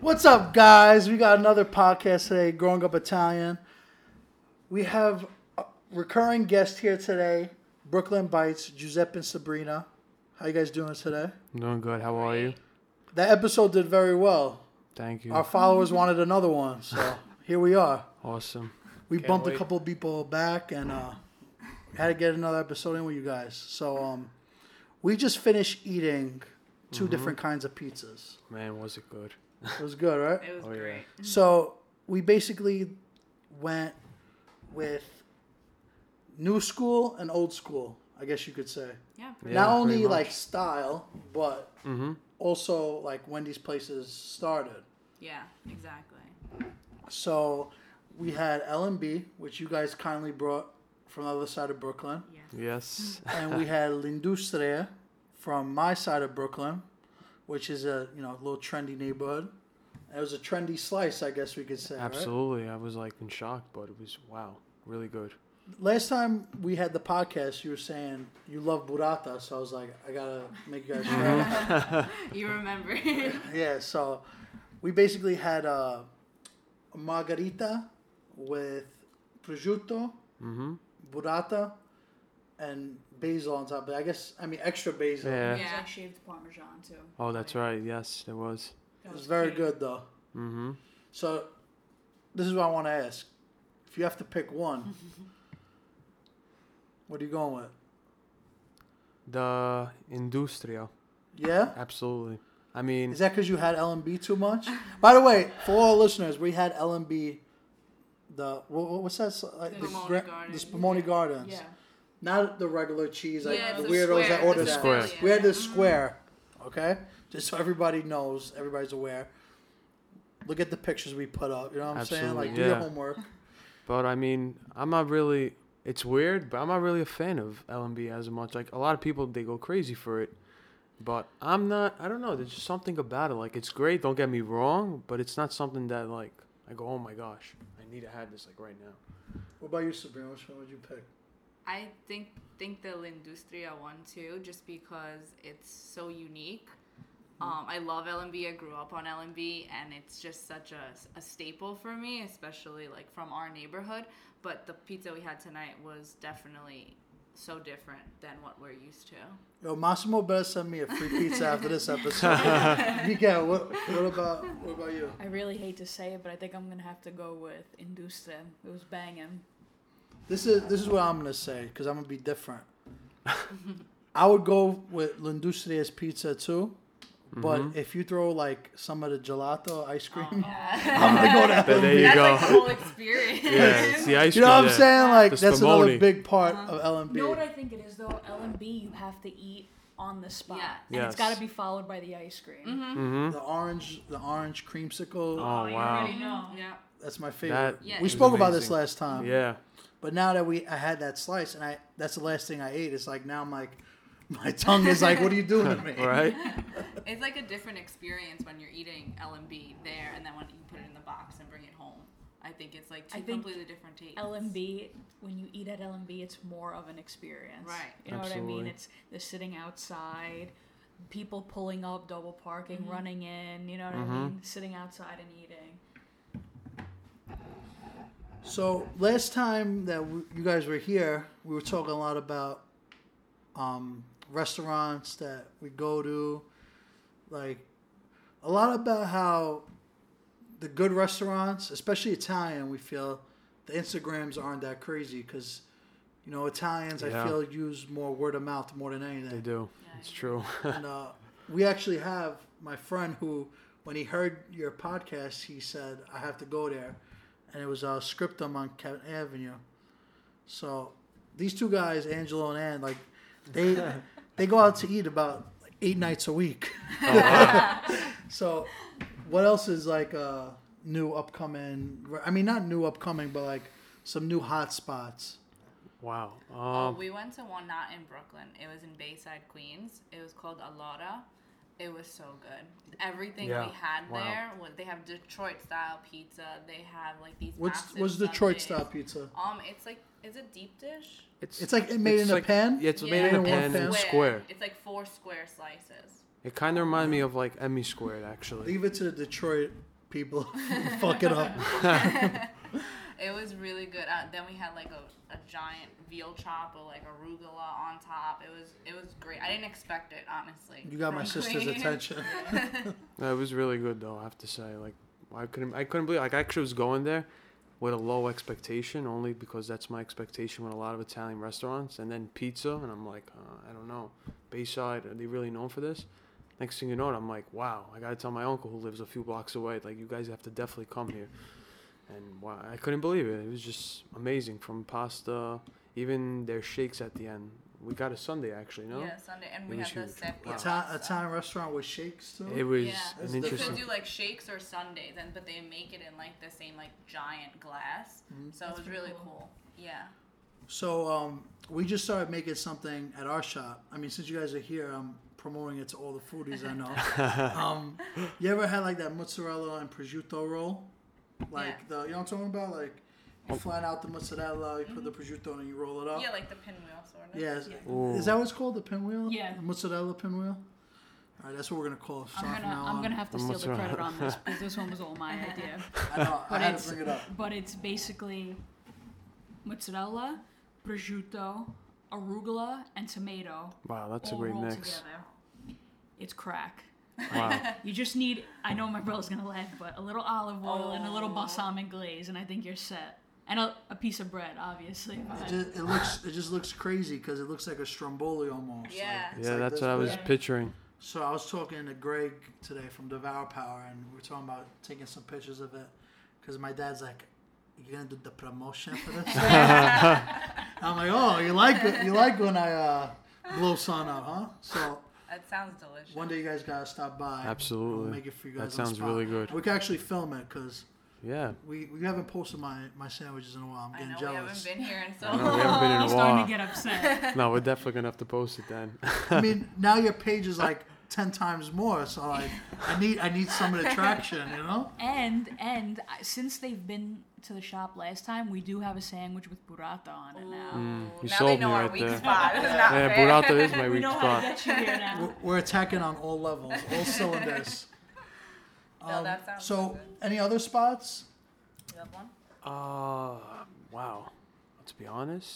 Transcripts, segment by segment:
What's up, guys? We got another podcast today, Growing Up Italian. We have a recurring guest here today, Brooklyn Bites, Giuseppe and Sabrina. How you guys doing today? Doing good. How are you? That episode did very well. Thank you. Our followers wanted another one, so here we are. awesome. We bumped a wait. couple people back and uh, had to get another episode in with you guys. So um, we just finished eating 2 different kinds of pizzas. Man, was it good? It was good, right? It was Oh, yeah. great. So we basically went with new school and old school, I guess you could say. Yeah. Yeah, Not pretty only much. like style, but hmm also like when these places started. Yeah, exactly. So we had L and B, which you guys kindly brought from the other side of Brooklyn, Yeah. Yes. and we had L'Industria from my side of Brooklyn, which is a you know little trendy neighborhood. It was a trendy slice, I guess we could say. right? Absolutely. I was like in shock, but it was wow, really good. Last time we had the podcast, you were saying you love burrata, so I was like, I gotta make you guys Mm-hmm. try. it. You remember. yeah, so we basically had a, a margarita with prosciutto, hmm burrata, and basil on top. But I guess I mean extra basil. Yeah. There's like shaved parmesan too. Oh, that's right. Yes, there was. It was very cute. good though. Mm-hmm. So this is what I want to ask: if you have to pick one, what are you going with? The Industria. Yeah. Absolutely. I mean, Is that because you had LMB too much? By the way, for all our listeners, we had LMB. The what, what- what's that? s- Like, The the Spumoni gra- Gardens. the Spumoni Gardens. Yeah. Not the regular cheese, like Yeah, the it's a weirdos square, that it's order a that. square, yeah. We had the Mhm. square, okay? Just so everybody knows, everybody's aware. Look at the pictures we put up. You know what I'm saying? Absolutely, Like, do your yeah. homework. but I mean, I'm not really. It's weird, but I'm not really a fan of LMB as much. Like a lot of people, they go crazy for it, but I'm not. I don't know. There's just something about it. Like it's great. Don't get me wrong, but it's not something that like I go, oh my gosh, I need to have this like right now. What about you, Sabrina? Which one would you pick? I think think the L'Industria one too, just because it's so unique. Mm-hmm. Um, I love LMB. I grew up on LMB, and it's just such a, a staple for me, especially like from our neighborhood. But the pizza we had tonight was definitely so different than what we're used to. Yo, Massimo better send me a free pizza after this episode. Miguel, what, what about what about you? I really hate to say it, but I think I'm gonna have to go with Industan. It was banging. This is this is what I'm gonna say because I'm gonna be different. I would go with L'Industria's pizza too, but Mm-hmm. if you throw like some of the gelato ice cream, Oh, I'm gonna go to But there you LMB. That's go. like the whole experience. Yeah, it's the ice You know cream what I'm there. saying? Like that's another Spumoni. big part of LMB. Uh-huh. You know what I think it is though? L and B you have to eat on the spot. Yeah. And Yes. it's gotta be followed by the ice cream. Mm-hmm. the orange, the orange creamsicle. Oh, wow. already know. Yeah. That's my favorite. That Yeah. we is spoke about this amazing. last time. Yeah. But now that we, I had that slice, and I that's the last thing I ate. It's like now I'm like, my tongue is like, what are you doing to me? Right? It's like a different experience when you're eating LMB there and then when you put it in the box and bring it home. I think it's like two I think completely different tastes. L and B when you eat at L and B it's more of an experience. Right. You know what I mean? Absolutely. It's the sitting outside, people pulling up, double parking, running in, you know what Mm-hmm. I mean? Sitting outside and eating. So last time that w you guys were here, we were talking a lot about um, restaurants that we go to, like a lot about how the good restaurants, especially Italian, we feel the Instagrams aren't that crazy because you know Italians, Yeah. I feel, use more word of mouth more than anything. They do. It's true. and uh, we actually have my friend who, when he heard your podcast, he said, "I have to go there," and it was uh, Scriptum on Kevin Avenue. So these two guys, Angelo and Ann, like they they go out to eat about like, eight nights a week. so what else is like uh, new upcoming? I mean, not new upcoming, but like some new hot spots. wow. Oh, Um, we went to one not in Brooklyn. It was in Bayside, Queens. It was called Alora. It was so good. Everything Yeah. we had Wow. there, wa- they have Detroit style pizza. They have like these. What's massive what's Detroit sundaes. style pizza? Um, it's like is it deep dish? It's like it made in a like- pan? Yeah, it's made in a Yeah. pan and It's square. It's like four square slices. It kind of reminded me of like Emmy squared actually. Leave it to the Detroit people. Fuck it up. It was really good. Uh, then we had like a, a giant veal chop with like arugula on top. It was it was great. I didn't expect it honestly. You got my from sister's Queens. attention. No, it was really good though. I have to say, like I couldn't, I couldn't believe. Like I actually was going there with a low expectation, only because that's my expectation with a lot of Italian restaurants. And then pizza, and I'm like, uh, I don't know, Bayside, are they really known for this? Next thing you know, it, I'm like, wow, I gotta tell my uncle who lives a few blocks away. Like you guys have to definitely come here. And wow, I couldn't believe it. It was just amazing from pasta, even their shakes at the end. We got a Sunday actually, no? Yeah, Sunday, and It we was had the huge. Wow. sepia. Ita- pasta. Italian restaurant with shakes too. It was Yeah. That's an the- So interesting. do like shakes or sundaes, and but they make it in like the same like giant glass. Mm-hmm. So That's it was pretty really cool. cool. Yeah. So um, we just started making something at our shop. I mean, since you guys are here, I'm promoting it to all the foodies I know. um, you ever had like that mozzarella and prosciutto roll? Like the you know what I'm talking about? Like you flatten out the mozzarella, you put Mm-hmm. the prosciutto, in and you roll it up. Yeah, like the pinwheel sort of. Yeah, is, Ooh. is that what's called the pinwheel? Yeah. The mozzarella pinwheel. All right, that's what we're gonna call it. I'm starting from gonna now I'm on. gonna have to I'm steal not the sure. credit on this because this one was all my idea. I, know, I But had it's- to bring it up. But it's basically mozzarella, prosciutto, arugula, and tomato Wow, that's a all great rolled mix. together. It's crack. Wow. You just need I know my brother's gonna laugh, but a little olive oil and a little balsamic glaze, and I think you're set. And a, a piece of bread, obviously. It but- just, it looks it just looks crazy because it looks like a Stromboli almost. Yeah. Like, it's Yeah, like that's this what I was big. picturing. So I was talking to Greg today from Devour Power, and we are talking about taking some pictures of it because my dad's like, "You gonna do the promotion for this?" I'm like, "Oh, you like it? You like when I uh, blow sun up, huh?" So That sounds delicious. one day you guys gotta stop by. Absolutely. We'll make it for you That guys. on the sounds spot. really good. We can actually film it because Yeah. we, we haven't posted my, my sandwiches in a while. I'm I getting know we haven't jealous. been here in so I know, we haven't long. been in a I'm starting while. to get upset. No, we're definitely gonna have to post it then. I mean, now your page is like ten times more, so like I need I need some of the traction, you know. and and I- since they've been to the shop last time, we do have a sandwich with burrata on it now. Ooh, you now they sold know me our right weak there. spot. It's not yeah, fair. burrata is my We weak know how to spot. get you here now. We're- We're attacking on all levels, all cylinders. Um, No, that sounds So, good. any other spots? You have one? Uh, wow. Let's be honest.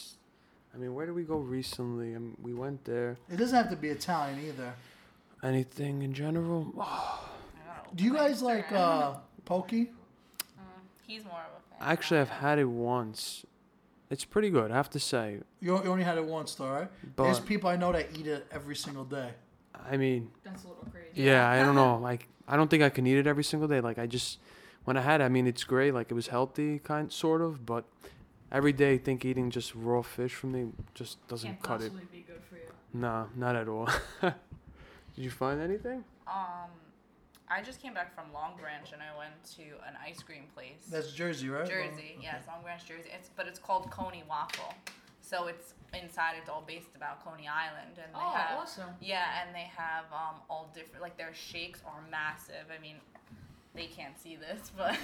I mean, where did we go recently? Um we went there. It doesn't have to be Italian either. Anything in general? I gotta Do you open my guys like Instagram. uh, pokey? He's more of a fan. Actually, I've Yeah. had it once. It's pretty good, I have to say. You you only had it once, though, right? There's But people I know that eat it every single day. I mean, That's a little crazy. Yeah, I don't know. Like I don't think I can eat it every single day. Like I just when I had, it, I mean, it's great. Like it was healthy, kind sort of, but every day I think eating just raw fish from the just doesn't Can't cut it. possibly be good for you. Nah, not at all. Did you find anything? Um, I just came back from Long Branch and I went to an ice cream place. That's Jersey, right? Jersey, yes, Long Branch, Jersey. It's but it's called Coney Waffle. So it's inside. It's all based about Coney Island, and they Oh, have awesome. yeah, and they have um all different like their shakes are massive. I mean, they can't see this, but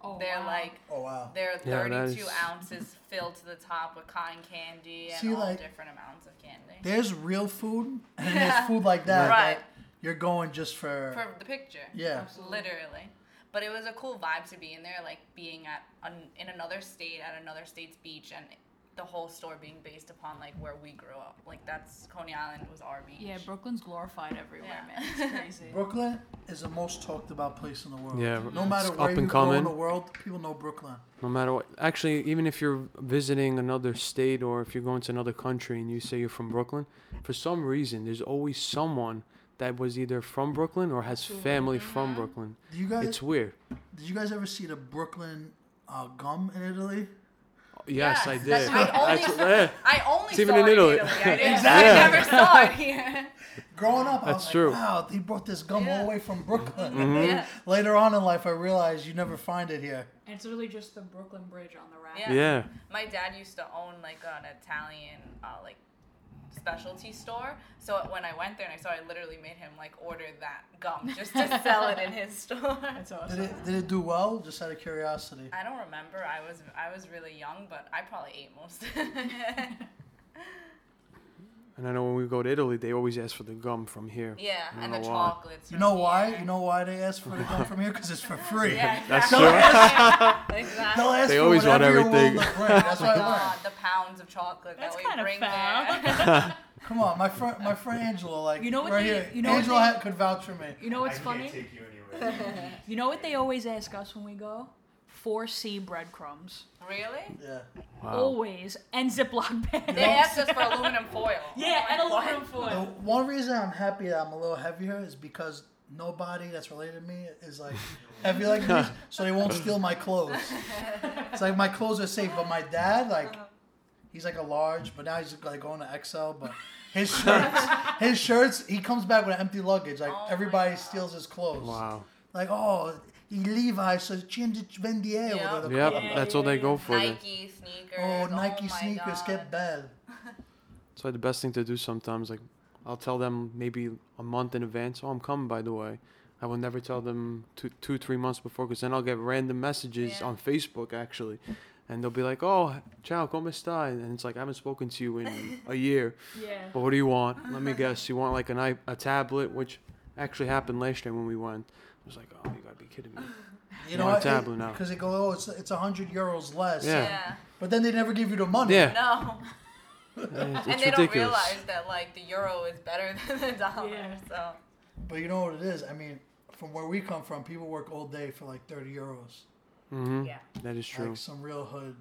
Oh, they're wow. like Oh wow. they're Yeah, that thirty-two is- ounces filled to the top with cotton candy and See, all like- different amounts of candy There's real food, and then there's food like that. Right. that you're going just for. for the picture. yeah. literally but it was a cool vibe to be in there like being at an, in another state at another state's beach and the whole store being based upon like where we grew up like that's coney island was our beach Yeah, Brooklyn's glorified everywhere, Yeah. man. It's crazy. Brooklyn is the most talked about place in the world. Yeah, No it's matter where up you and go in coming. the world, people know Brooklyn. No matter what. Actually, even if you're visiting another state or if you're going to another country and you say you're from Brooklyn, for some reason there's always someone that was either from Brooklyn or has family from Brooklyn. Do you guys? It's weird. Did you guys ever see the Brooklyn uh, gum in Italy? Yes, I Yes, did. that's- I only- That's- yeah. i only It's even saw in it Italy. in italy i, didn't, Exactly. I never saw it here Growing up, I That's was like, true. wow, they brought this gum all Yeah. the way from Brooklyn. yeah Later on in life, I realized you never find it here. And it's literally just the Brooklyn Bridge on the rack. Yeah. Yeah. my dad used to own like an italian uh, like specialty store. So when I went there and I saw, it, I literally made him like order that gum just to sell it in his store. That's Did awesome. it did it do well? Just out of curiosity. I don't remember. I was I was really young, but I probably ate most. of it. And I know when we go to Italy, they always ask for the gum from here. yeah, I don't and know the why. chocolates. You from know why? here. You know why they asked for the gum from here? Because it's for free. Yeah, That's exactly. They'll exactly. ask They for always want whatever you're willing everything. to bring. That's Oh what my I learned. god, the pounds of chocolate That's that we kinda bring foul. there. Come on, my friend, my friend Angela, like You know what right they- here. you know what Angela they- had- could vouch for me. You know what's I funny? Can't take you anywhere. You know what they always ask us when we go? 4C breadcrumbs. really? Yeah. Wow. Always. And Ziploc bags. They asked us for aluminum foil. yeah, I'm and like, aluminum The foil. one reason I'm happy that I'm a little heavier is because nobody that's related to me is like heavy like me, so they won't steal my clothes. It's like my clothes are safe, but my dad, like, he's like a large, but now he's like going to XL. But his shirts, his shirts, he comes back with empty luggage. Like Oh my everybody God. steals his clothes. Wow. Like oh, he Levi's, so change it Vendier. Yeah. whatever. Yep, Yeah, that's all yeah, they yeah. go for. there. Nike sneakers. Oh, Nike my sneakers, God. get bad. It's like the best thing to do sometimes. Like, I'll tell them maybe a month in advance. Oh, I'm coming, by the way. I will never tell them two, two three months before, because then I'll get random messages Yeah. on Facebook actually, and they'll be like, "Oh, ciao, come stai?" And it's like I haven't spoken to you in a year. Yeah. But what do you want? Let me guess. You want like an i a tablet, which actually happened last year when we went. I was like, "Oh, you gotta be kidding me." You More taboo now. Because they go, oh, it's it's hundred euros less. Yeah. Yeah. But then they never give you the money. Yeah, No. it's, and it's they don't ridiculous. realize that like the euro is better than the dollar. Yeah. So But you know what it is? I mean, from where we come from, people work all day for like thirty euros. hmm yeah, That is true. Like some real hood,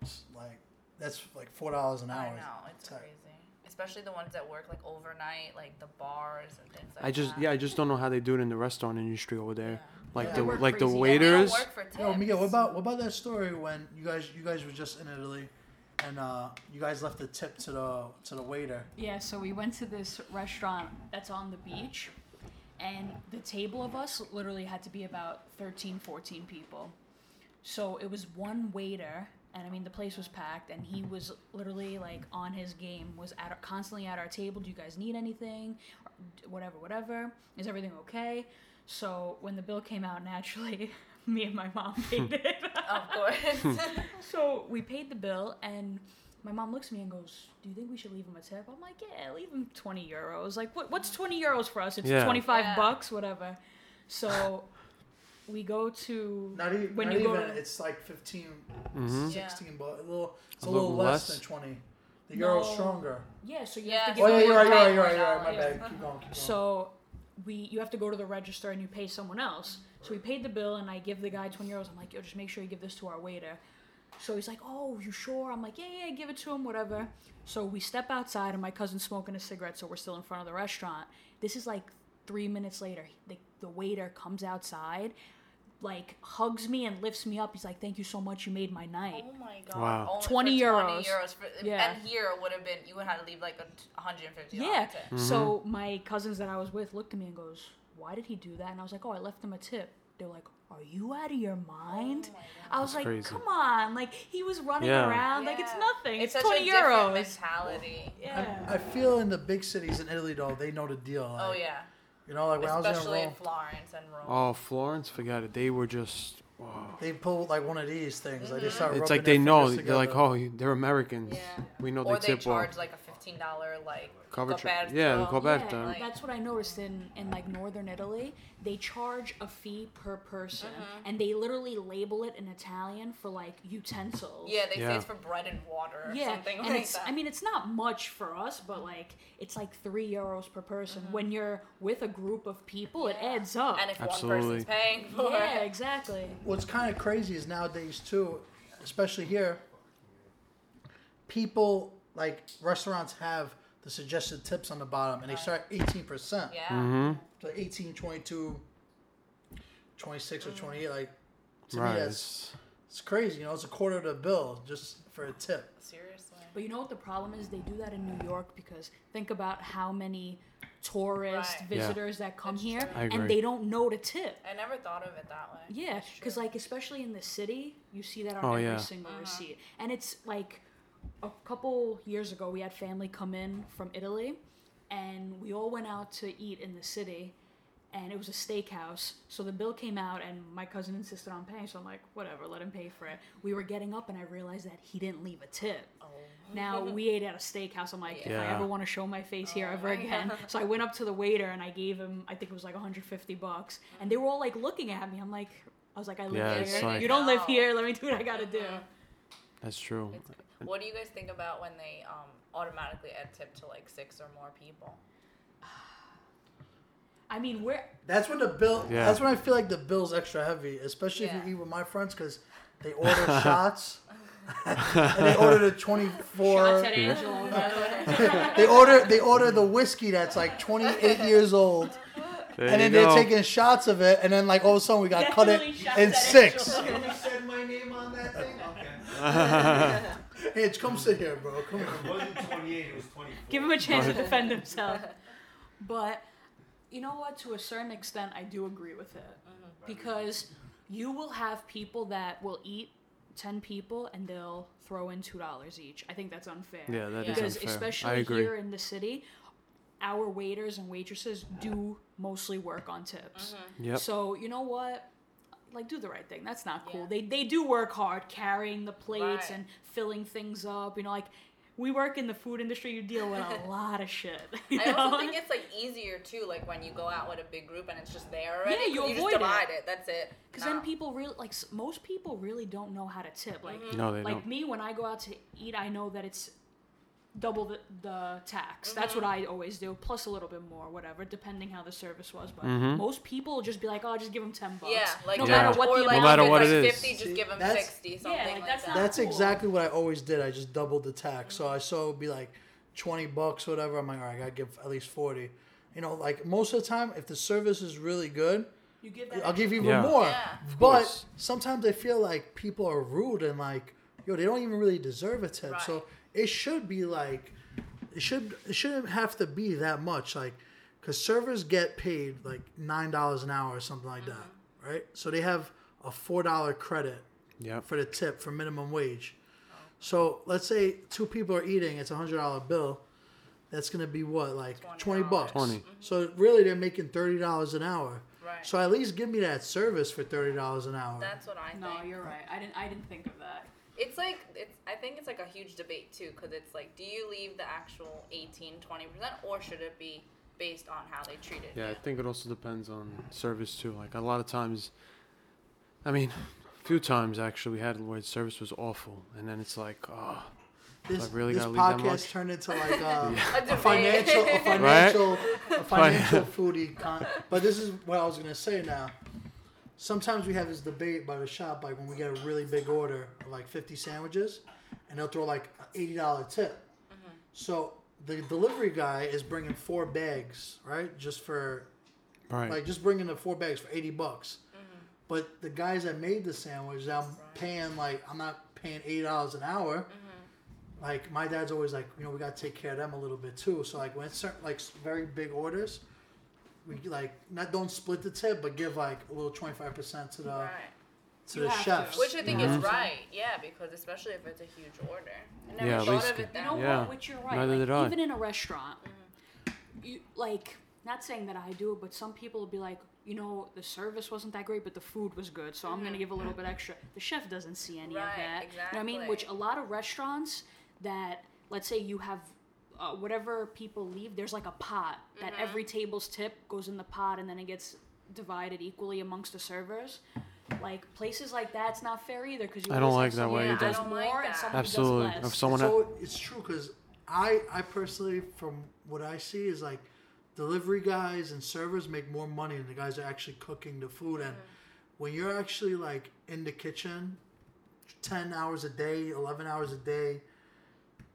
it's like that's like four dollars an hour. I know it's Sorry. crazy, especially the ones that work like overnight, like the bars and things like that. I just yeah, I just don't know how they do it in the restaurant industry over there. Like Yeah. the They work like the crazy. Yeah, And they don't waiters. work for tips. Yo, Miguel, what about what about that story when you guys you guys were just in Italy, and uh, you guys left a tip to the to the waiter. Yeah, so we went to this restaurant that's on the beach, and the table of us literally had to be about 13, 14 people. So it was one waiter, and I mean, the place was packed, and he was literally like on his game, was at our, constantly at our table. Do you guys need anything? Whatever, whatever. Is everything okay? So when the bill came out, naturally, me and my mom paid it. Of course. Hmm. So we paid the bill, and my mom looks at me and goes, "Do you think we should leave him a tip?" I'm like, "Yeah, leave him 20 euros. Like, what? What's 20 euros for us? It's Yeah. 25 Yeah. bucks, whatever." So we go to Not even when not you go even. to It's like 15, Mhm. 16 but a little it's a, A little little less, less? than twenty. The euro's No. stronger. yeah, so you Yeah, have to so Oh give yeah, them you're one right, you're right, time. you're right, you're right. My Yeah. bad. Keep going, keep going. So we you have to go to the register and you pay someone else. So we paid the bill and I give the guy 20 euros. I'm like, yo, just make sure you give this to our waiter. So he's like, oh, you sure? I'm like, yeah, yeah, give it to him, whatever. So we step outside and my cousin's smoking a cigarette, so we're still in front of the restaurant. This is like three minutes later. The, the waiter comes outside, like hugs me and lifts me up. He's like, thank you so much. You made my night. oh my god. Wow. Only for 20 euros. euros for- Yeah. And here it would have been you would have to leave like a t- 150. Yeah. tip. Hmm. Mm-hmm. So my cousins that I was with looked at me and goes, "Why did he do that?" And I was like, "Oh, I left him a tip." They're like, "Are you out of your Oh mind?" I was like, crazy. "Come on!" Like he was running Yeah. around. Like it's Yeah. nothing. It's, such a twenty different euros. mentality. Yeah. I feel in the big cities in Italy though they know the deal. Like, Oh yeah, You know, like when I was in especially Rome, in Florence and Rome. Oh, Florence, forgot it. They were just. Wow. they pull like one of these things. Mm-hmm. Like they start. It's rubbing like they their know. fingers They're like, together. oh, you- they're Americans. Yeah. We know or they they tip charge off. like a fifteen dollar like Cover charge. coperto. Yeah, the coperta. Yeah, Like- that's what I noticed in, in like northern Italy. They charge a fee per person, Mm-hmm. and they literally label it in Italian for like utensils. Yeah, they Yeah. say it's for bread and water or Yeah, something and like it's, that. I mean, it's not much for us, but like it's like three euros per person. When you're with a group of people, it adds up. Mm-hmm. and if one Absolutely. person's paying for oh. yeah, it, exactly. What's kind of crazy is nowadays too, especially here. People like restaurants have the suggested tips on the bottom, and they start eighteen percent. yeah, Mm-hmm. So 18, 22, 26 Mm. or twenty eight. Like to Right. me, that's it's- it's crazy. You know, it's a quarter of the bill just for a tip. seriously. But you know what the problem is? They do that in New York because think about how many tourist Right. Yeah. visitors that come here I agree. and they don't know to tip. I never thought of it that way. Yeah, That's true. Uh-huh. because like especially in the city, you see that on Oh, every yeah. single receipt, and it's like a couple years ago, we had family come in from Italy, and we all went out to eat in the city, and it was a steakhouse. So the bill came out, and my cousin insisted on paying. So I'm like, whatever, let him pay for it. We were getting up, and I realized that he didn't leave a tip. Oh. Now we ate at a steakhouse. I'm like, if I Yeah. ever want to show my face here Oh, ever right. again. So I went up to the waiter and I gave him, I think it was like 150 bucks, and they were all like looking at me. I'm like, I was like, I live Yeah, it's here. like- you don't live No. here. Let me do what I gotta do. Mhm. That's true. It's cr- what do you guys think about when they um, automatically add tip to like six or more people? I mean, we're That's when the bill. Yeah. That's when I feel like the bill's extra heavy, especially if Yeah. you eat with my friends because they order shots. and they order the twenty four. shots at Angelo. by the way. They order they order the whiskey that's like twenty eight years old, There and you then they're go. taking shots of it, and then like all of a sudden we got cut it Definitely shots in at six. Angelo. you said my name on that thing? Okay. Hitch, come sit here, bro. Come on. It wasn't 28, it was 24. Give him a chance to defend himself. But you know what? To a certain extent, I do agree with it Mm-hmm. because you will have people that will eat ten people and they'll throw in two dollars each. I think that's unfair. Yeah, that is because unfair. especially I agree. here in the city, our waiters and waitresses do mostly work on Mm-hmm. tips. Yep. So you know what? Like do the right thing. That's not cool. Yeah. They they do work hard carrying the plates Right. and filling things up. You know, like we work in the food industry, you deal with a lot of shit. you I also know? think it's like easier too, like when you go out with a big group and it's just there already. Yeah, you 'cause avoid just it. divide it. That's it. Because Nah. then people really like s- most people really don't know how to tip. Like Mm-hmm. No, they like don't. me when I go out to eat, I know that it's double the, the tax. That's what Mm-hmm. I always do, plus a little bit more, whatever, depending how the service was. But Mm-hmm. most people will just be like, "Oh, just give them ten bucks." yeah, like no Yeah. matter what or the like, amount No matter if what it's it like is. Fifty, just See, give them that's- sixty, like, something like, that's that. not- That's cool. exactly what I always did. I just doubled the tax. So I saw it would be like 20 bucks, whatever. I'm like, all right, I gotta give at least 40. You know, like most of the time, if the service is really good, you give that. I'll give even Yeah. more. Yeah. Of But course. sometimes I feel like people are rude and like, yo, they don't even really deserve a tip. So Right. it should be like, it should it shouldn't have to be that much. Like, because servers get paid like nine dollars an hour or something like that, right? So they have a four dollar credit Yep. for the tip for minimum wage. So let's say two people are eating, it's a hundred dollar bill. That's gonna be what, like twenty bucks. $20. So really, they're making thirty dollars an hour. Mm-hmm. Right. So at least give me that service for thirty dollars an hour. That's what I think. No, you're right. I didn't. I didn't think of that. It's like it's. I think it's like a huge debate too, because it's like, do you leave the actual 18, 20 percent, or should it be based on how they treated Yeah, I you? think it also depends on service too. Like a lot of times, I mean, a few times actually, we had where service was awful, and then it's like, oh, this I really this gotta leave that much? podcast turned into like uh, a, A a debate. financial, a financial, a financial foodie con. But this is what I was gonna say now. Sometimes we have this debate by the shop, like when we get a really big order of like fifty sandwiches, and they'll throw like an eighty dollar tip. So the delivery guy is bringing four bags, right? Just for right, like just bringing the four bags for eighty bucks. But the guys that made the sandwich, I'm paying like I'm not paying eighty dollars an hour. Like my dad's always like, you know, we gotta take care of them a little bit too. So like when it's certain like s- very big orders, we like not don't split the tip, but give like a little twenty five percent uh, to the Right. to You the have to. chefs. Which I think Mm-hmm. is right. Yeah, because especially if it's a huge order. I never Yeah, at thought least of it get- that You know way. Yeah. what? Which you're right. Neither like, did I. Even in a restaurant, you like not saying that I do it, but some people will be like, you know, the service wasn't that great, but the food was good, so I'm gonna give a little bit extra. The chef doesn't see any of Mm-hmm. Right, that. You know what I mean? exactly. Which a lot of restaurants that let's say you have. Uh, whatever people leave, there's like a pot that Mm-hmm. every table's tip goes in the pot and then it gets divided equally amongst the servers. Like places like that's not fair either because you I don't always have like that someone way who either. does I don't more like and that. someone who does absolutely. less. If someone, so it's true because I I personally, from what I see, is like delivery guys and servers make more money than the guys that are actually cooking the food. Mm-hmm. And when you're actually like in the kitchen, ten hours a day, eleven hours a day,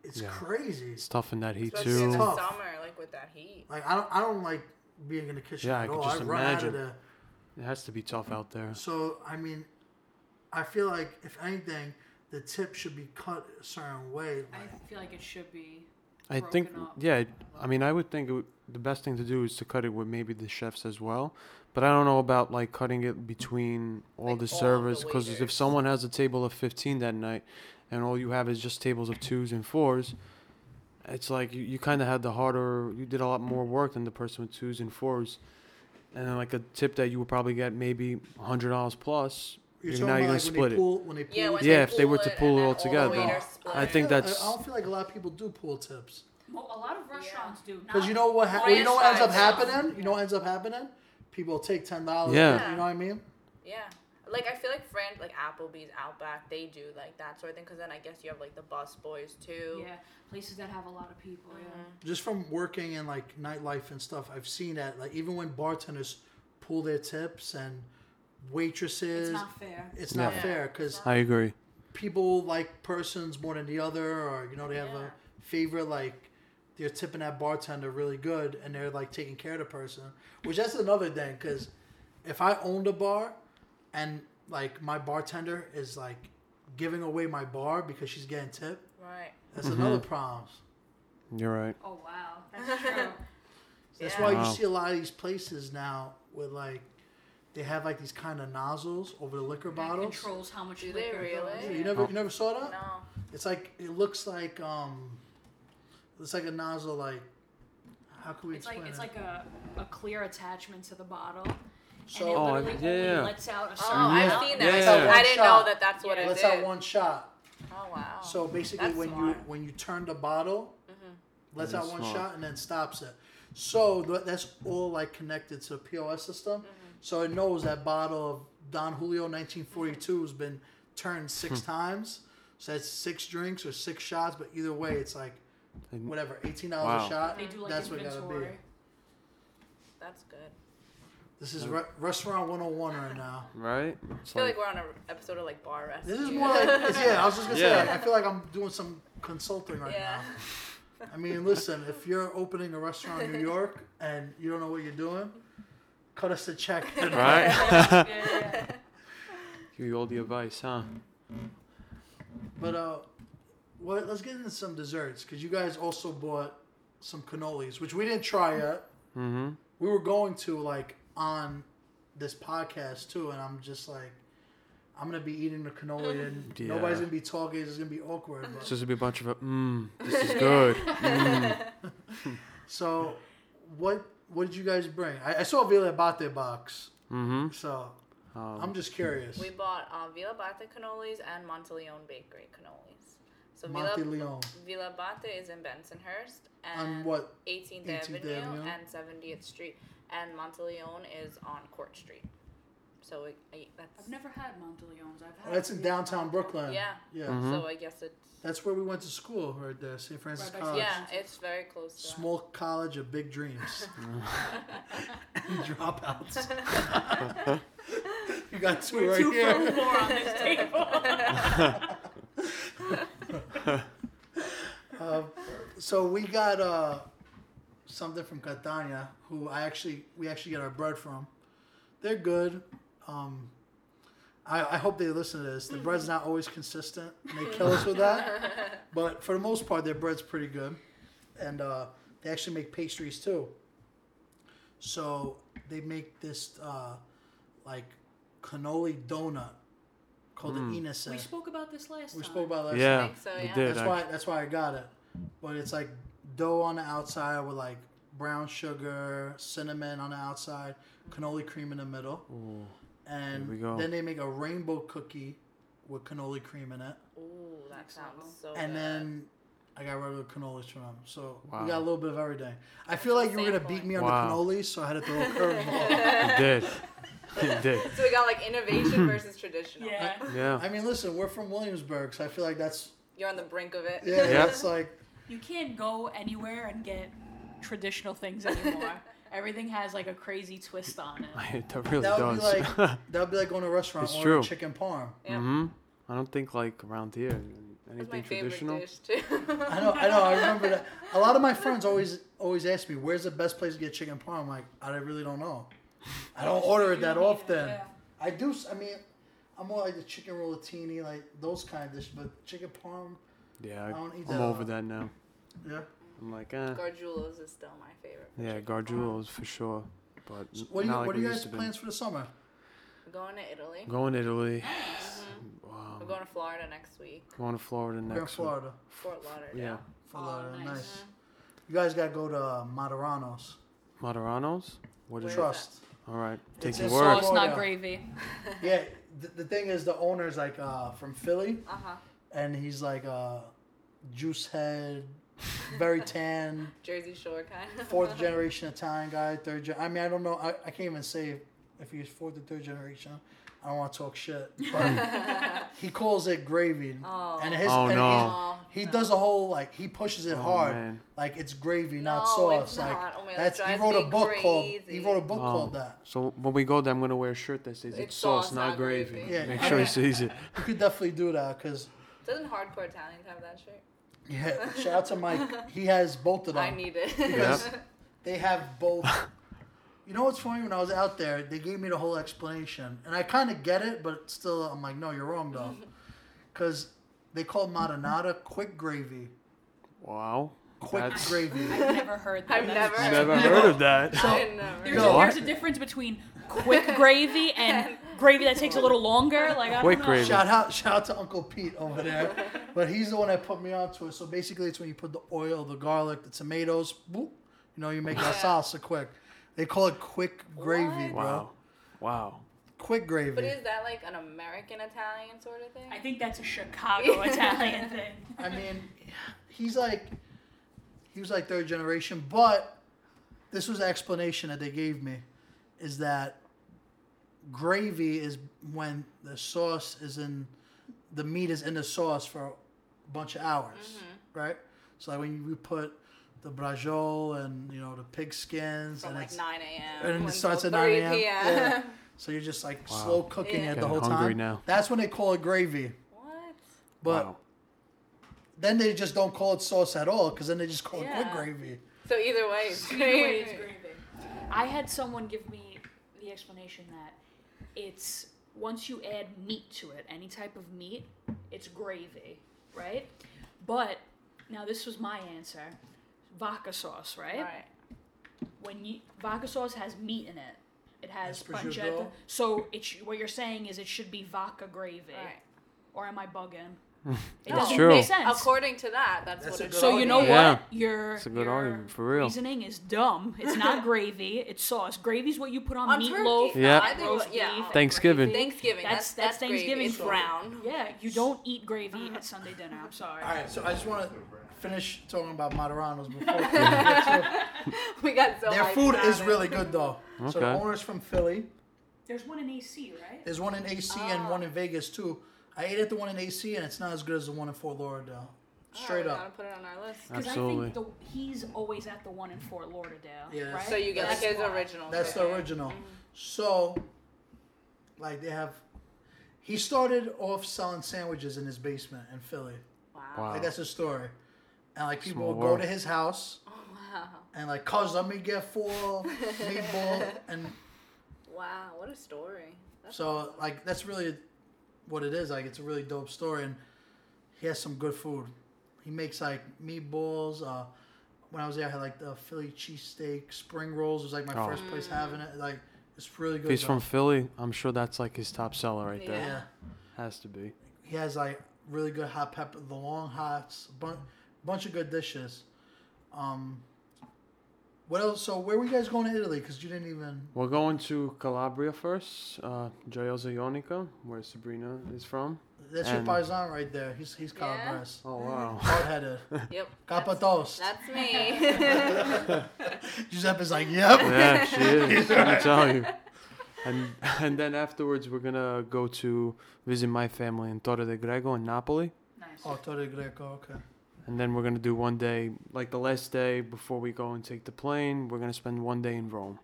it's Yeah. crazy. it's tough in that heat Especially in too. the Tough. summer, like with that heat. Like I don't I don't like being in the kitchen Yeah, I at could all. just I run out of imagine. there. It has to be tough out there. So I mean, I feel like if anything, the tip should be cut a certain way. Like, I feel like it should be I broken think, up. yeah. it- I mean, I would think it would, the best thing to do is to cut it with maybe the chefs as well. But I don't know about like cutting it between all Like, the all of servers the because if waiters. someone has a table of fifteen that night, and all you have is just tables of twos and fours, it's like you, you kind of had the harder. You did a lot more work than the person with twos and fours, and then like a tip that you would probably get maybe hundred dollars plus. You're, talking now about, you're like, gonna when split they it. pool, When they pool, Yeah, when Mm. Yeah, if they pool were to it pool and it then all the together. waiters split I it. think feel- that's- I don't feel like a lot of people do pool tips. Mo- a lot of restaurants do. Because not you know what? Ha- Oh, well, you know what ends up yeah, sides. happening. You know what ends up happening. People take ten dollars. Yeah. You know what I mean? Yeah. Like I feel like friends like Applebee's, Outback, they do like that sort of thing. Cause then I guess you have like the bus boys too. Mm-hmm. Yeah, places that have a lot of people. Yeah. Just from working in like nightlife and stuff, I've seen that. Like even when bartenders pool their tips and waitresses, It's not fair. it's not Yeah. fair because I agree. people like persons more than the other, or you know they have Yeah. a favorite like. They're tipping that bartender really good, and they're like taking care of the person, which that's another thing. Because if I owned a bar, and like my bartender is like giving away my bar because she's getting tipped, Right. that's another problem. You're right. Oh wow, that's true. That's Yeah. why Wow. you see a lot of these places now with like they have like these kind of nozzles over the liquor that bottles. controls how much Do they liquor really? Yeah, goes. you Oh. never you never saw that? No. It's like it looks like um it's like a nozzle like how can we It's explain like it's it? like a, a clear attachment to the bottle, so and it Oh, I- literally yeah, only yeah. lets out a Oh, certain I've amount. seen Yeah. that. Yeah. I didn't know Shot. that that's what Yeah. it let's did. have one shot. Oh wow. So basically That's when you smart. Mm-hmm. when you turn the bottle, lets That out is one smart. shot and then stops it. So th- that's all like connected to POS system. Mm-hmm. So it knows that bottle of Don Julio 1942 Mm-hmm. has been turned six Hmm. times. So that's six drinks or six shots, but either way, it's like And- whatever, $18 Wow. a shot. They do like that's what it gotta be. inventory. that's good. This is re- Restaurant 101 right now. Right? It's I feel like- like we're on an episode of like bar rescue. This is more like, it's- yeah, I was just gonna Yeah. say, like, I feel like I'm doing some consulting right yeah. now. I mean, listen, if you're opening a restaurant in New York and you don't know what you're doing, cut us a check. right? Yeah, yeah, yeah. Give you all the advice, huh? But uh, what, let's get into some desserts because you guys also bought some cannolis, which we didn't try yet. Mm-hmm. We were going to like on this podcast too, and I'm just like, I'm gonna be eating the cannoli, and Yeah. nobody's gonna be talking. It's gonna be awkward. It's But. just gonna be a bunch of mmm. This is good. Mm. So, what what did you guys bring? I, I saw Villa Bate box, Mm-hmm. so Um, I'm just curious. We bought uh, Villa Bate cannolis and Monteleone Bakery cannolis. So Villa Monte Leon Villa Bate is in Bensonhurst and on what? 18th, 18th Avenue, Avenue. and 70th Street, and Monteleone is on Court Street. So it, I, that's I've never had Monteleone's. I've had. Oh, that's in downtown Brooklyn. yeah. yeah. Mhm. So I guess it's That's where we went to school right there, St. Francis Right by College. St. yeah, it's very close to Uh, Small college of big dreams. Dropouts. you got two right here. More on this table. Uh, so we got uh, something from Catania, who I actually we actually get our bread from. They're good. Um, I, I hope they listen to this. The bread's not always consistent, and they kill us with that. But for the most part, their bread's pretty good, and uh, they actually make pastries too. So they make this uh, like cannoli donut called the Inese. we spoke about this last We time. spoke about last yeah, I think so, we yeah. did. that's I- why that's why I got it. But it's like dough on the outside with like brown sugar, cinnamon on the outside, cannoli cream in the middle, Oh, Ooh, and we go. then they make a rainbow cookie with cannoli cream in it, that. Ooh, that Next sounds level. so and good. then I got regular cannolis from them. So Wow. we got a little bit of everything. I feel like you were gonna Sampling. beat me on Wow. the cannolis, so I had to throw a curveball. we did. we did. so we got like innovation versus traditional. Yeah. Yeah. I mean, listen, we're from Williamsburg, so I feel like that's You're on the brink of it. yeah, Yeah. that's like You can't go anywhere and get traditional things anymore. Everything has like a crazy twist on it. that really that would does. be like that would be like going to a restaurant It's ordering true. chicken parm. Yeah. mm-hmm. I don't think like around here That's my anything favorite traditional. dish too. I know, I know, I remember that. A lot of my friends always always ask me, "Where's the best place to get chicken parm?" I'm like, I really don't know. I don't order it that often. Yeah. I do. s- I mean, I'm more like the chicken rollatini, like those kind of dishes. But chicken parm, Yeah, I, I don't eat I'm that a over lot. that now. yeah. I'm like, eh. Gargiulos is still my favorite. for Yeah, chicken parm. Gargiulos for sure. But So what do you, not like what are we you used guys to be. plans for the summer? Going to Italy. Going to Italy. Mhm. We're Um, going to Florida next week. going to Florida We're in next week. Florida. Fort Lauderdale. Yeah. Fort Oh, Lauderdale, nice. nice. You guys gotta go to uh, Maderanos. Maderanos? What is Where- it? Trust. All right. Take It's your in word. Sauce. Sauce, Florida. not gravy. yeah, the, the thing is, the owner's like uh, from Philly, Uh huh. and he's like uh, juice head, very tan, Jersey Shore kind of. fourth generation Italian guy, third gen. I mean, I don't know. I, I can't even say if he's fourth or third generation. I don't want to talk shit. But he calls it gravy, Oh. and his Oh, and no. he's- Oh, he no. does a whole like he pushes it Oh, hard, man. like it's gravy, not No, sauce. it's like not. Oh, man, that's that he drives wrote a me book called he crazy. wrote a book Um, called that. So when we go there, I'm gonna wear a shirt that says it's, sauce, not, gravy. Yeah. Make sure he sees it. You could definitely do that because Doesn't hardcore Italians have that shirt? yeah, shout out to Mike. He has both of them. I need it. Because they have both. you know what's funny? When I was out there, they gave me the whole explanation, and I kind of get it, but still, I'm like, no, you're wrong though, because they call marinara quick gravy, Wow. quick That's- gravy. I've never heard that. I've That's- never- Never heard of that. I never. There's, No. a, there's a difference between quick gravy and gravy that takes a little longer. Like I don't Quick know. gravy. Shout out, shout out to Uncle Pete over there, but he's the one that put me onto it. So basically, it's when you put the oil, the garlic, the tomatoes, boop, you know, you make that Yeah. salsa quick. They call it quick gravy, What? bro. Wow. Wow. Quick gravy. But is that like an American Italian sort of thing? I think that's a Chicago Italian thing. I mean, he's like, he was like third generation, but this was the explanation that they gave me is that gravy is when the sauce is in, the meat is in the sauce for a bunch of hours, Mm-hmm. right? So like when you put the brajol and, you know, the pig skins From and like it's, 9 a.m. and it until starts at 9 3 a.m. p.m. Yeah. so you're just like Wow. slow cooking Yeah. it the Getting whole hungry time. now. That's when they call it gravy. What? But wow. then they just don't call it sauce at all because then they just call it quick Yeah. gravy. So either way, it's Anyway, it's great. gravy. I had someone give me the explanation that it's once you add meat to it, any type of meat, it's gravy, right? But now this was my answer. Vodka sauce, right? Right. When you vodka sauce has meat in it. It has Espresso. pancetta. So it's what you're saying is it should be vodka gravy. Right. Or am I bugging? It No. doesn't True. make sense. According to that, that's, That's what a it's good So you know Yeah. what? Your, It's a good your argument, for real. reasoning is dumb. It's not gravy. It's sauce. Gravy's what you put on, On meatloaf. turkey. Yeah. I think roast what- yeah. beef, Thanksgiving. gravy. Thanksgiving. That's that's, Thanksgiving. It's food. brown. Yeah, you don't eat gravy at Sunday dinner. I'm sorry. All right, so I just want to finish talking about Maderanos before. we get to- We got so Their hyped food about is it. really good though. So the Okay. owner's from Philly. There's one in AC, right? There's one in AC and one in Vegas too. I ate at the one in AC and it's not as good as the one in Fort Lauderdale. Straight oh, up. Gotta put it on our list. Because I Absolutely. think the, he's always at the one in Fort Lauderdale. Yeah, Right? that's- So you get like That's his why. original. That's the chicken. original. So, like they have. He started off selling sandwiches in his basement in Philly. Wow. Wow. Like that's his story. And like people Small would go world. to his house Wow. and like, cuz let me get four meatball and Wow. What a story. That's So like that's really what it is. Like it's a really dope story, and he has some good food. He makes like meatballs. Uh, when I was there, I had like the Philly cheesesteak spring rolls. It was like my Oh. first place having it. Like it's really If good. he's though. from Philly, I'm sure that's like his top seller right there. yeah, Has to be. he has like really good hot pepper, the long hots, a bun- bunch of good dishes. Um, what else? So where were you guys going to Italy? Cause you didn't even. We're going to Calabria first. Uh, Gioiosa Ionica, where Sabrina is from. That's your And- paisan right there. He's he's Yeah? Calabres. Oh wow. Hard headed. Yep. Capa That's, toast. that's me. Giuseppe's like, yep. yeah, she is. I'm telling you. And and then afterwards, we're gonna go to visit my family in Torre de Grego in Napoli. Nice. Oh, Torre Greco, okay. And then we're gonna do one day, like the last day before we go and take the plane. We're gonna spend one day in Rome.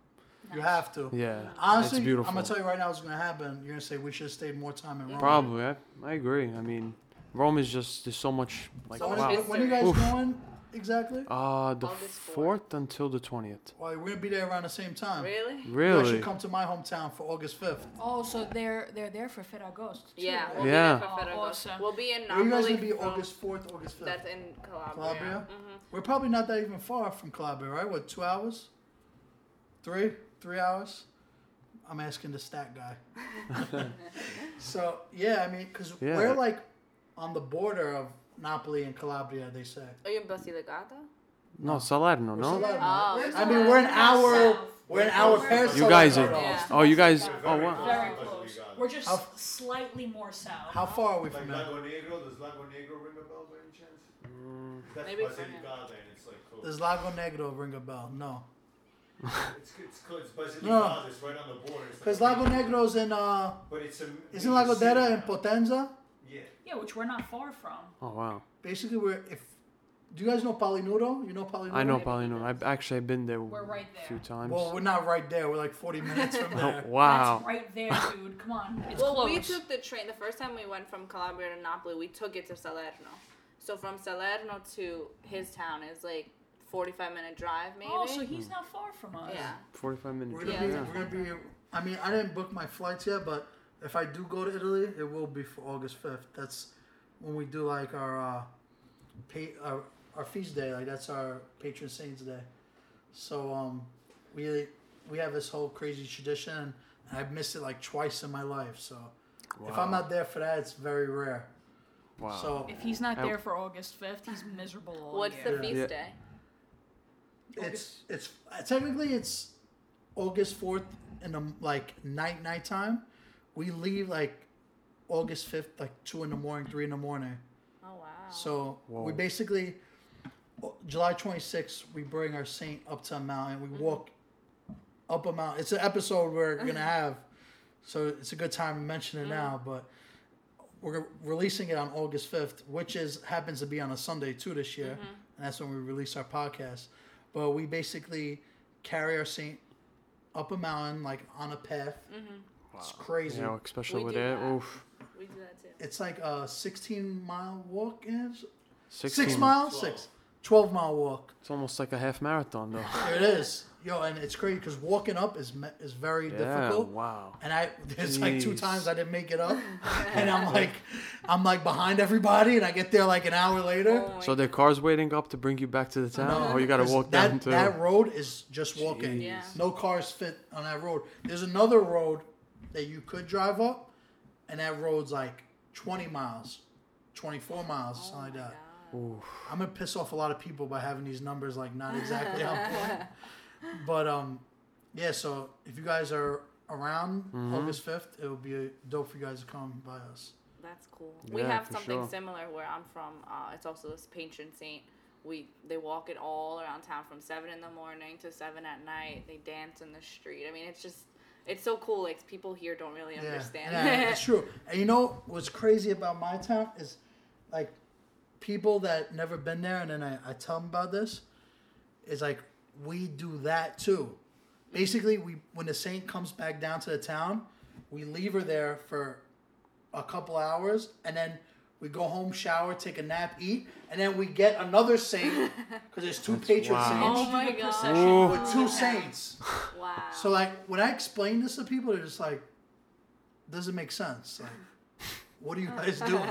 You have to. Yeah, Honestly, it's beautiful. I'm gonna tell you right now, what's gonna happen. You're gonna say we should have stayed more time in Rome. Probably, I, I agree. I mean, Rome is just there's so much like So when, wow. when are you guys Oof. going? exactly? Uh, the August 4th until the 20th. Well, we're gonna be there around the same time. Really? You guys Really? should come to my hometown for August fifth. Oh, so they're they're there for Fit August. too, Yeah. right? We'll Yeah. Be there for Fed Oh, August. awesome. We'll be in Are you guys Napoli. gonna be from- August fourth, August That's fifth? in Calabria. Calabria? Mhm. We're probably not that even far from Calabria, right? What, two hours? Three? Three hours? I'm asking the stat guy. so yeah, I mean, because Yeah. we're like on the border of Napoli and Calabria, they say. Are you Oh, in Basilicata? No, Salerno, We're no? still out- Oh, I mean, we're an hour. We're an hour past. You guys Salerno. are- Yeah. Oh, you guys. They're Oh, very wow. Very close to close. Basilicata. We're just How- slightly more south. How far are we Like from that? Lago Negro, does Lago Negro ring a bell by any chance? Mm. That's Maybe for him. Basilicata and it's like close. Does Lago Negro ring a bell? No, It's, it's, close. it's Basilicata, No. it's right on the border. It's because like- Lago Negro's in uh, But it's a. isn't it's a Lago city Dera in now. Potenza? Yeah. Yeah, which we're not far from. Oh, wow. Basically, we're if. Do you guys know Palinuro? You know Palinuro? I know Paulino. I've actually I've been there We're right a few there. times. Well, we're not right there. We're like 40 minutes from Oh, there. That's wow. right there, dude. Come on. It's Well, close. we took the train. The first time we went from Calabria to Napoli, we took it to Salerno. So from Salerno to his town is like 45 minute drive, maybe. oh, so he's not far from us. yeah. 45 We're minutes. gonna, Yeah, be, yeah. we're gonna be. I mean, I didn't book my flights yet, but if I do go to Italy, it will be for August fifth. That's when we do like our uh, pay our, our feast day. Like that's our patron saints day. So um, we we have this whole crazy tradition, and I've missed it like twice in my life. So if I'm not there for that, it's very rare. Wow. So If he's not I- there for August 5th, he's miserable all What's year. the Yeah. feast Yeah. day? it's it's technically it's August fourth in the like night night time. We leave like August fifth, like two in the morning, three in the morning. Oh wow. So we Whoa. basically o- July twenty sixth, we bring our saint up to a mountain. We walk up a mountain. It's an episode we're gonna have, so it's a good time to mention it now. But we're releasing it on August fifth, which is happens to be on a Sunday too this year, and that's when we release our podcast. But we basically carry our saint up a mountain, like on a path. It's crazy. Yeah, especially We with do it. that. Oof. we do that too. It's like a sixteen mile walk. Is 16. six miles, six. 12 mile walk. It's almost like a half marathon, though. There it is. Yo, and it's crazy because walking up is me- is very yeah. difficult. Wow. And I there's like two Jeez. times I didn't make it up, and I'm like, I'm like behind everybody, and I get there like an hour later. Oh my So their car's waiting up to bring you back to the town, or you gotta 'cause walk Oh, that, down too. That road is just walking. Jeez. Yeah. No cars fit on that road. There's another road that you could drive up, and that road's like 20 miles, 24 miles, or Oh, something like that. I'm gonna piss off a lot of people by having these numbers like not exactly on point. But um, yeah. So if you guys are around August 5th, it will be dope for you guys to come by us. That's cool. we Yeah, have for something sure. similar where I'm from. Uh, it's also this patron saint. We they walk it all around town from seven in the morning to seven at night. They dance in the street. I mean, it's just it's so cool. Like people here don't really understand. Yeah, yeah, it. it's true. And you know what's crazy about my town is like people that never been there and then I, I tell them about this is like we do that too. Basically we when the saint comes back down to the town, we leave her there for a couple hours and then we go home, shower, take a nap, eat, and then we get another saint because there's two patron wow. oh saints my It's god! procession. Oh. with two saints. Wow. So like when I explain this to people, they're just like, "Doesn't make sense. Like, what are you guys doing?"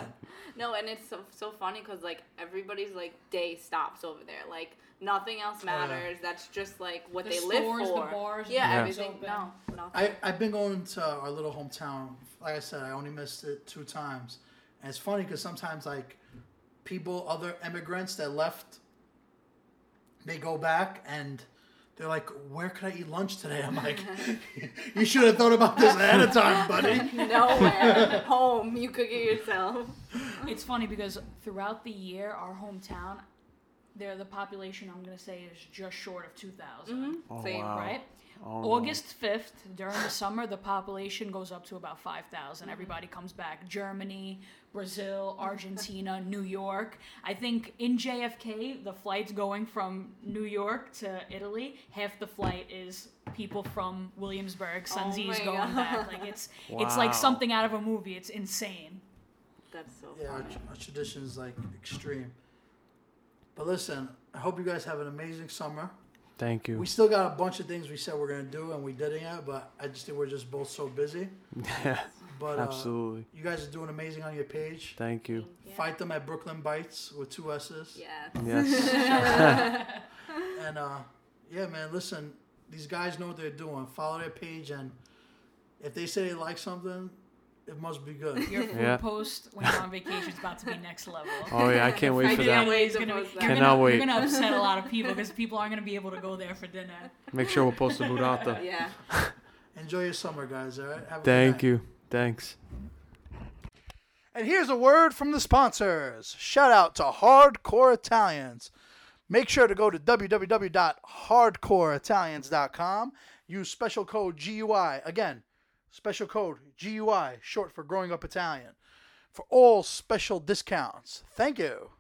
No, and it's so, so funny because like everybody's like day stops over there. Like nothing Oh, else yeah. matters. That's just like what The they live stores, the for. bars, yeah, the everything. clubs No, no. I I've been going to our little hometown. Like I said, I only missed it two times, and it's funny because sometimes like people, other immigrants that left, they go back and. They're like, where could I eat lunch today? I'm like, you should have thought about this ahead of time, buddy. Nowhere. Home. You cook it yourself. It's funny because throughout the year, our hometown, there the population I'm gonna say is just short of 2,000, oh, Same, wow. right? Oh, no. August 5th, during the summer, the population goes up to about 5,000. Everybody comes back. Germany, Brazil, Argentina, New York. I think in JFK, the flights going from New York to Italy, half the flight is people from Williamsburg, Sunseas my going God. back. Like it's it's like Oh Wow. something out of a movie. It's insane. That's so Yeah, our, funny. our tradition's like extreme. But listen, I hope you guys have an amazing summer. Thank you. We still got a bunch of things we said we're gonna do, and we didn't yet. But I just think we're just both so busy. Yeah, But uh, absolutely. you guys are doing amazing on your page. Thank you. Thank you. Fight them at Brooklyn Bites with two S's. Yeah. Yes. And uh, yeah, man, listen, these guys know what they're doing. Follow their page, and if they say they like something, it must be good. Your food Yeah. post when you're on vacation is about to be next level. Oh yeah, I can't wait I for can't that. wait It's to gonna be- post you're that. Cannot gonna, wait. You're gonna upset a lot of people because people aren't gonna be able to go there for dinner. Make sure we'll post the burrata. Yeah. Enjoy your summer, guys. All right. Have a good night. Thank you. Thanks. And here's a word from the sponsors. Shout out to Hardcore Italians. Make sure to go to www.hardcoreitalians.com. Use special code GUI. Again, special code GUI, short for Growing Up Italian, for all special discounts. Thank you.